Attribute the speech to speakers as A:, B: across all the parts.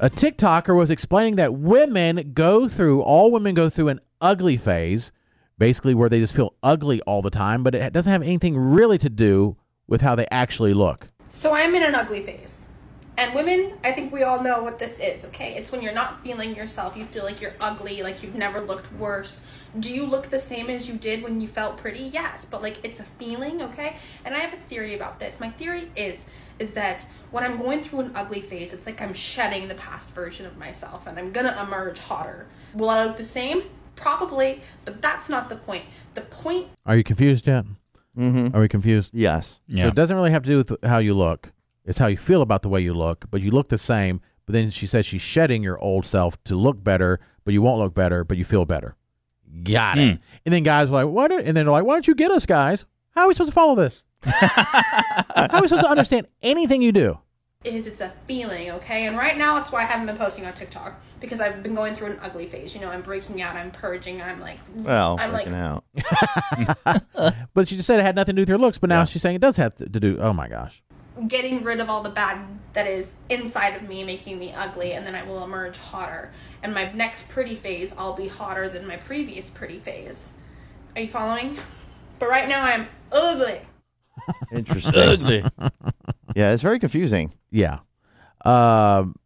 A: A TikToker was explaining that women go through, all women go through an ugly phase, basically where they just feel ugly all the time, but it doesn't have anything really to do with how they actually look.
B: So I'm in an ugly phase. And women, I think we all know what this is, okay? It's when you're not feeling yourself. You feel like you're ugly, like you've never looked worse. Do you look the same as you did when you felt pretty? Yes, but like it's a feeling, okay? And I have a theory about this. My theory is is that when I'm going through an ugly phase, it's like I'm shedding the past version of myself and I'm going to emerge hotter. Will I look the same? Probably, but that's not the point. The point
A: Are you confused yet? Mm-hmm. Are we confused?
C: Yes.
A: So
D: Yeah.
A: it doesn't really have to do with how you look. It's how you feel about the way you look, but you look the same. But then she says she's shedding your old self to look better, but you won't look better, but you feel better. Got it. And then guys were like, what? are-" And then they're like, why don't you get us, guys? How are we supposed to follow this? how are we supposed to understand anything you do?
B: is it's a feeling, okay? And right now, it's why I haven't been posting on TikTok because I've been going through an ugly phase. You know, I'm breaking out, I'm purging, I'm like,
C: Well,
B: I'm like,
C: freaking out.
A: But she just said it had nothing to do with your looks, but now she's saying it does have to do. Oh my gosh.
B: getting rid of all the bad that is inside of me, making me ugly, and then I will emerge hotter. And my next pretty phase, I'll be hotter than my previous pretty phase. Are you following? But right now, I'm ugly.
C: Interesting.
D: Ugly.
C: yeah, it's very confusing.
A: Yeah. Um,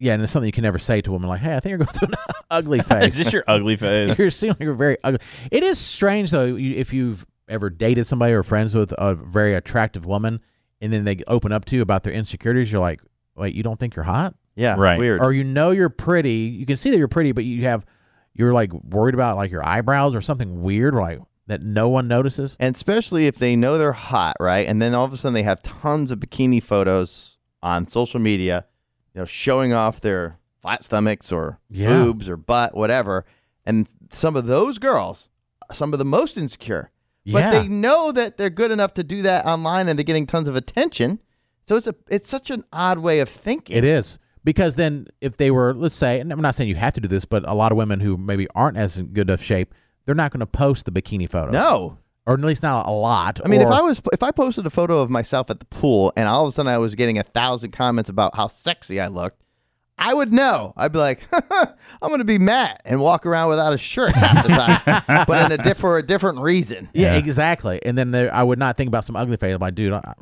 A: yeah, and it's something you can never say to a woman like, hey, I think you're going through an ugly
D: Is
A: phase.
D: this your ugly face?
A: you seem like you're very ugly. It is strange though you- if you've ever dated somebody or friends with a very attractive woman, and then they open up to you about their insecurities. You're like, wait, you don't think you're hot,
C: Yeah.
D: Right.
C: Weird.
A: or you know you're pretty. You can see that you're pretty, but you have you're like worried about like your eyebrows or something weird, like that no one notices.
C: and especially if they know they're hot, right? And then all of a sudden they have tons of bikini photos on social media, you know, showing off their flat stomachs or
A: Yeah.
C: boobs or butt, whatever. And some of those girls, some of the most insecure,
A: Yeah.
C: but they know that they're good enough to do that online, and they're getting tons of attention. So it's a it's such an odd way of thinking.
A: It is because then if they were, let's say, and I'm not saying you have to do this, but a lot of women who maybe aren't as in good of shape, they're not going to post the bikini photos.
C: No,
A: or at least not a lot.
C: I mean, if
A: or-
C: I was if I posted a photo of myself at the pool and all of a sudden I was getting a thousand comments about how sexy I looked, I would know. I'd be like, I'm going to be mad and walk around without a shirt half the time, but in a diff- for a different reason.
A: Yeah,
D: Yeah.
A: exactly. And then there, I would not think about some ugly face. I'm like, dude, I,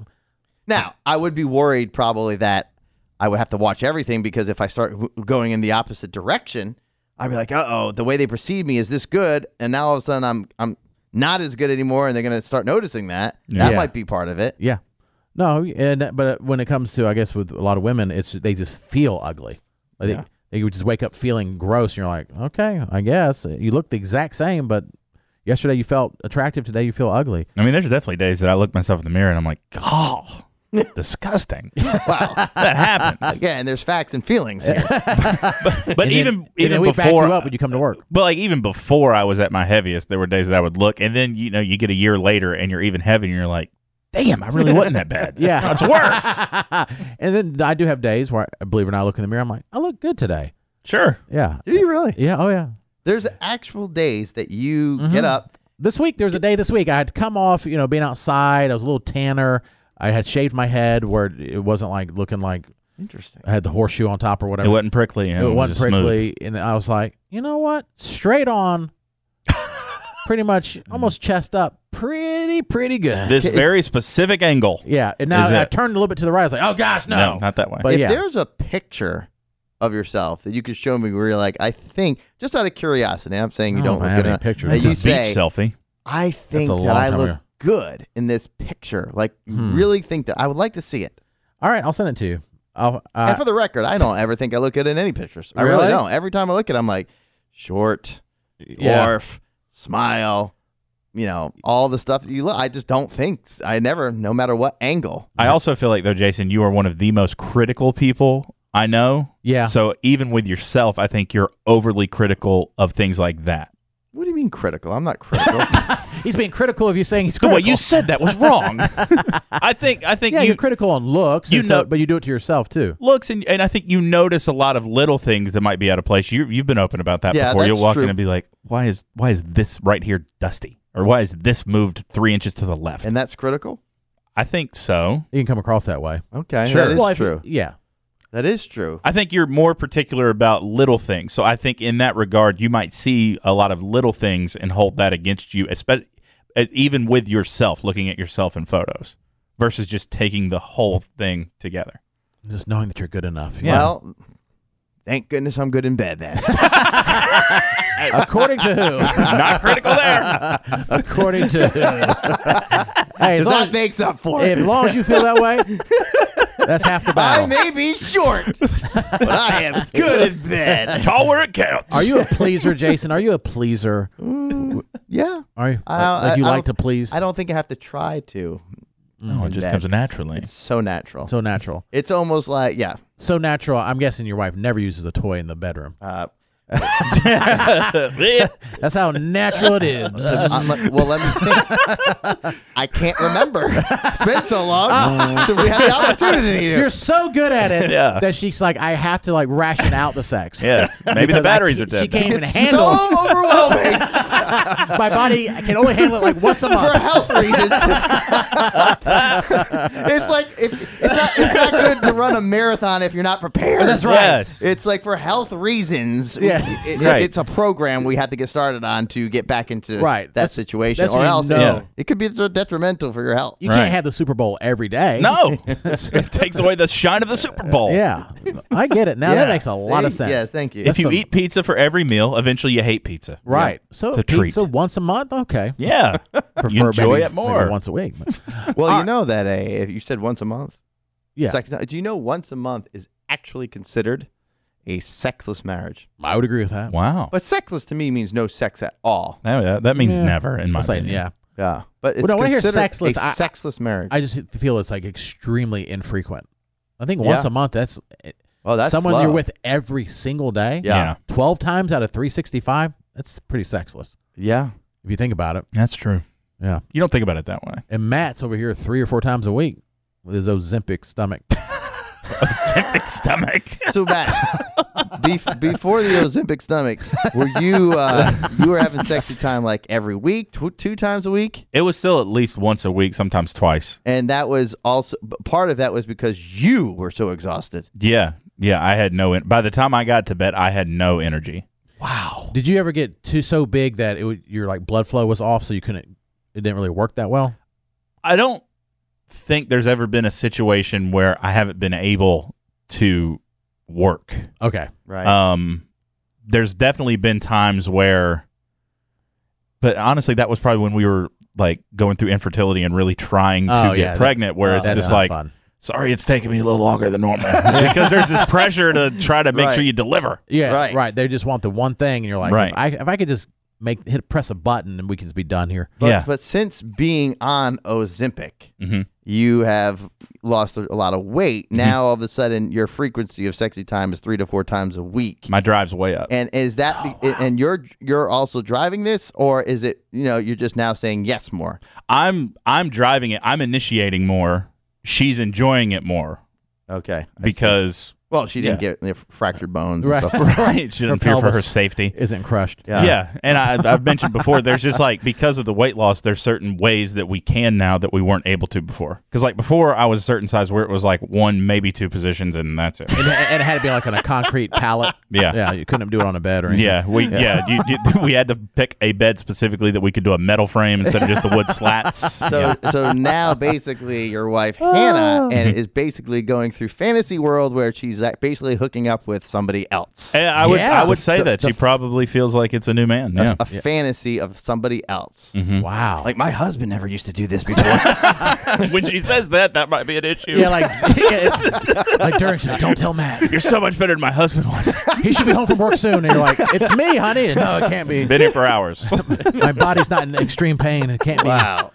C: Now I would be worried probably that I would have to watch everything because if I start w- going in the opposite direction, I'd be like, uh oh, the way they perceive me is this good, and now all of a sudden I'm I'm not as good anymore, and they're going to start noticing that. That
A: Yeah.
C: might be part of it.
A: yeah, no. And but when it comes to, I guess, with a lot of women, it's they just feel ugly. Like
C: Yeah.
A: they, they would just wake up feeling gross. And you're like, okay, I guess you look the exact same, but yesterday you felt attractive, today you feel ugly.
D: I mean, there's definitely days that I look myself in the mirror and I'm like, oh, disgusting.
C: Wow.
D: That happens.
C: Yeah, and there's facts and feelings here.
D: But
A: And then,
D: even
A: and
D: even
A: then we
D: before
A: back you up when you come to work.
D: But like even before I was at my heaviest, there were days that I would look, and then you know you get a year later and you're even heavier, and you're like, damn, I really wasn't that bad.
A: Yeah.
D: that's worse.
A: and then I do have days where, I believe it or not, I look in the mirror. I'm like, I look good today.
D: sure.
A: Yeah,
C: Do you really?
A: yeah, oh yeah.
C: There's actual days that you
A: Mm-hmm.
C: get up.
A: This week there was a day this week I had come off, you know, being outside. I was a little tanner. I had shaved my head where it wasn't like looking like
C: Interesting.
A: I had the horseshoe on top or whatever.
D: It wasn't prickly. And
A: It wasn't
D: just smooth.
A: prickly, and I was like, you know what? Straight on, pretty much, almost chest up, pretty pretty good.
D: This
C: Is-
D: very specific angle.
A: yeah, and now
D: Is
A: I
D: it-
A: turned a little bit to the right. I was like, oh gosh, no.
D: not that way.
A: But
C: if
A: yeah,
C: there's a picture of yourself that you could show me where you're like, I think, just out of curiosity, I'm saying you
A: I don't
C: don't
A: know if I have
C: look good
A: any
C: enough,
A: pictures.
C: that
D: it's
A: This
D: a
C: you
D: beach
C: say,
D: selfie.
C: I think
A: a
C: that
A: long
C: I
A: time
C: look
A: ago. Hmm.
C: good in this picture. Like, you really think that I would like to see it.
A: all right, I'll send it to you. I'll, uh,
C: and for the record, I don't ever think I look good in any pictures. I really,
A: Really?
C: don't. Every time I look at it, I'm like, short,
A: Yeah.
C: dwarf, smile, you know, all the stuff that you look. I just don't think, I never, no matter what angle.
D: I also feel like though, Jason, you are one of the most critical people I know.
A: Yeah.
D: So even with yourself, I think you're overly critical of things like that.
C: What do you mean critical? I'm not critical.
A: he's being critical of you saying he's
D: The
A: critical.
D: way you said that was wrong. I think. I think
A: yeah,
D: you,
A: you, are critical on looks,
D: you
A: and so-
D: know-
A: but you do it to yourself too.
D: looks and, and I think you notice a lot of little things that might be out of place. You you've been open about that
C: Yeah,
D: before. You'll
C: that's
D: walk
C: true.
D: in and be like, why is why is this right here dusty? Or why is this moved three inches to the left?
C: and that's critical?
D: I think so.
A: You can come across that way.
C: Okay.
D: Sure.
C: That is
A: Well, if-
C: true.
A: Yeah.
C: That is true.
D: I think you're more particular about little things. So I think in that regard, you might see a lot of little things and hold that against you, especially even with yourself, looking at yourself in photos versus just taking the whole thing together.
A: Just knowing that you're good enough. you know?
C: Well, thank goodness I'm good in bed then.
A: according to
D: Not critical there.
A: who? according to who? hey, as long
C: 'Cause that
A: as,
C: makes up for
A: as
C: it.
A: long as you feel that way, that's half the
C: I
A: battle.
C: may be short, but I am good in bed.
D: Tall where it counts.
A: Are you a pleaser, Jason? Are you a pleaser?
C: Yeah.
A: Are you
C: I don't-
A: like you
C: I- I
A: like to
C: don't-
A: please?
C: I don't think I have to try to.
D: No, it just comes naturally.
C: It's so natural.
A: so natural,
C: It's almost like, yeah.
A: so natural. I'm guessing your wife never uses a toy in the bedroom.
C: Uh,
A: That's how natural it is.
C: I'm like, well, let me think. I can't remember. It's been so long so we had the opportunity
A: You're
C: here.
A: so good at it
D: Yeah.
A: that she's like, I have to like ration out the sex.
D: yes. Maybe the
A: Because I
D: batteries
A: ca-
D: are dead.
A: She can't
D: now.
A: even
C: It's
A: handle.
C: so overwhelming
A: My body I can only handle it like once a
C: for
A: month.
C: health reasons. it's like if, it's not it's not good to run a marathon if you're not prepared.
A: That's right.
D: Yes.
C: It's like for health reasons.
A: Yeah.
C: it- it-
D: Right.
C: It's a program we had to get started on to get back into
A: Right.
C: that
A: That's-
C: situation,
A: that's
C: or
A: when you
C: else
A: know.
D: Yeah.
C: it could be so detrimental for your health.
A: You
D: Right.
A: can't have the Super Bowl every day.
D: no. it takes away the shine of the Super Bowl.
A: Yeah, I get it now. That
C: Yeah.
A: makes a lot of
C: See?
A: sense.
C: Yes, thank you.
D: If you
A: some-
D: eat pizza for every meal, eventually you hate pizza.
A: Right. So
D: It's a
A: pizza
D: treat.
A: once a month. Okay.
D: Yeah. you enjoy
A: maybe-
D: it more.
A: maybe once a week. but-
C: Well, you know that eh, if you said once a month.
A: Yeah,
C: Sex, do you know once a month is actually considered a sexless marriage?
A: I would agree with that.
D: Wow.
C: But sexless to me means no sex at all.
D: That, Oh, that- that means never in my
A: It's like,
D: opinion.
A: yeah,
C: Yeah, but it's
A: Well, no, when I hear
C: considered
A: sexless,
C: a
A: I- I-
C: sexless marriage.
A: I just feel it's like extremely infrequent. I think once
C: Yeah.
A: a month. That's,
C: oh, that's
A: someone you're
C: love.
A: with every single day.
C: Yeah.
D: Yeah.
A: Twelve times out of three sixty-five. That's pretty sexless
C: Yeah,
A: if you think about it.
D: That's true.
A: Yeah.
D: You don't think about it that way.
A: And Matt's over here three or four times a week with his Ozempic stomach.
D: Ozempic stomach.
C: so bad. Bef- before the Ozempic stomach, were you uh, you were having sexy time like every week, tw- two times a week,
D: It was still at least once a week, sometimes twice.
C: and that was also b- part of that was because you were so exhausted.
D: Yeah. Yeah. I had no. En- By the time I got to bed, I had no energy.
C: Wow.
A: Did you ever get too so big that it would, your like blood flow was off, so you couldn't? It didn't really work that well.
D: I don't think there's ever been a situation where I haven't been able to work.
A: Okay.
C: Right.
D: Um, there's definitely been times where, but honestly, that was probably when we were like going through infertility and really trying to
A: Oh,
D: get
A: yeah, that-
D: pregnant, where
A: Oh,
D: it's
A: that's
D: just
A: not
D: like,
A: fun.
D: sorry, it's taking me a little longer than normal because there's this pressure to try to make
C: Right.
D: sure you deliver.
A: Yeah,
C: Right.
A: right. They just want the one thing, and you're like,
D: Right.
A: if I, if I could just make hit press a button, and we can just be done here.
C: But,
D: yeah.
C: but since being on Ozempic,
D: Mhm.
C: you have lost a a lot of weight. Now all of a sudden, your frequency of sexy time is three to four times a week.
D: My drive's way up.
C: And is that be- and you're you're also driving this, or is it you know you're just now saying yes more?
D: I'm I'm driving it. I'm initiating more. She's enjoying it more
C: Okay, I see.
D: because
C: well, she didn't
D: yeah.
C: get the fractured bones,
A: Right.
C: And stuff.
D: right, she doesn't
A: Her
D: fear for her
A: pelvis.
D: safety.
A: Isn't crushed.
D: Yeah. and I, I've mentioned before, there's just like because of the weight loss, there's certain ways that we can now that we weren't able to before. Because like before, I was a certain size where it was like one, maybe two positions, and that's it.
A: And, and it had to be like on a concrete pallet.
D: Yeah.
A: yeah. You couldn't do it on a bed or anything.
D: Yeah, we yeah, you, you, we had to pick a bed specifically that we could do a metal frame instead of just the wood slats.
C: So
D: Yeah.
C: so now basically your wife
A: Oh.
C: Hannah and is basically going through fantasy world where she's like, basically hooking up with somebody else.
D: And I would
A: Yeah.
D: I would say
C: The-
D: that
C: the-
D: she probably feels like it's a new man. Yeah, Mm-hmm.
C: A fantasy of somebody else.
A: Wow.
C: Like my husband never used to do this before.
D: when she says that, that might be an issue.
A: yeah, like yeah, it's- like during show, don't tell Matt.
D: You're so much better than my husband was.
A: He should be home from work soon. And you're like, it's me, honey. And, no, it can't be.
D: Been here for hours.
A: My body's not in extreme pain. It can't be.
C: Wow.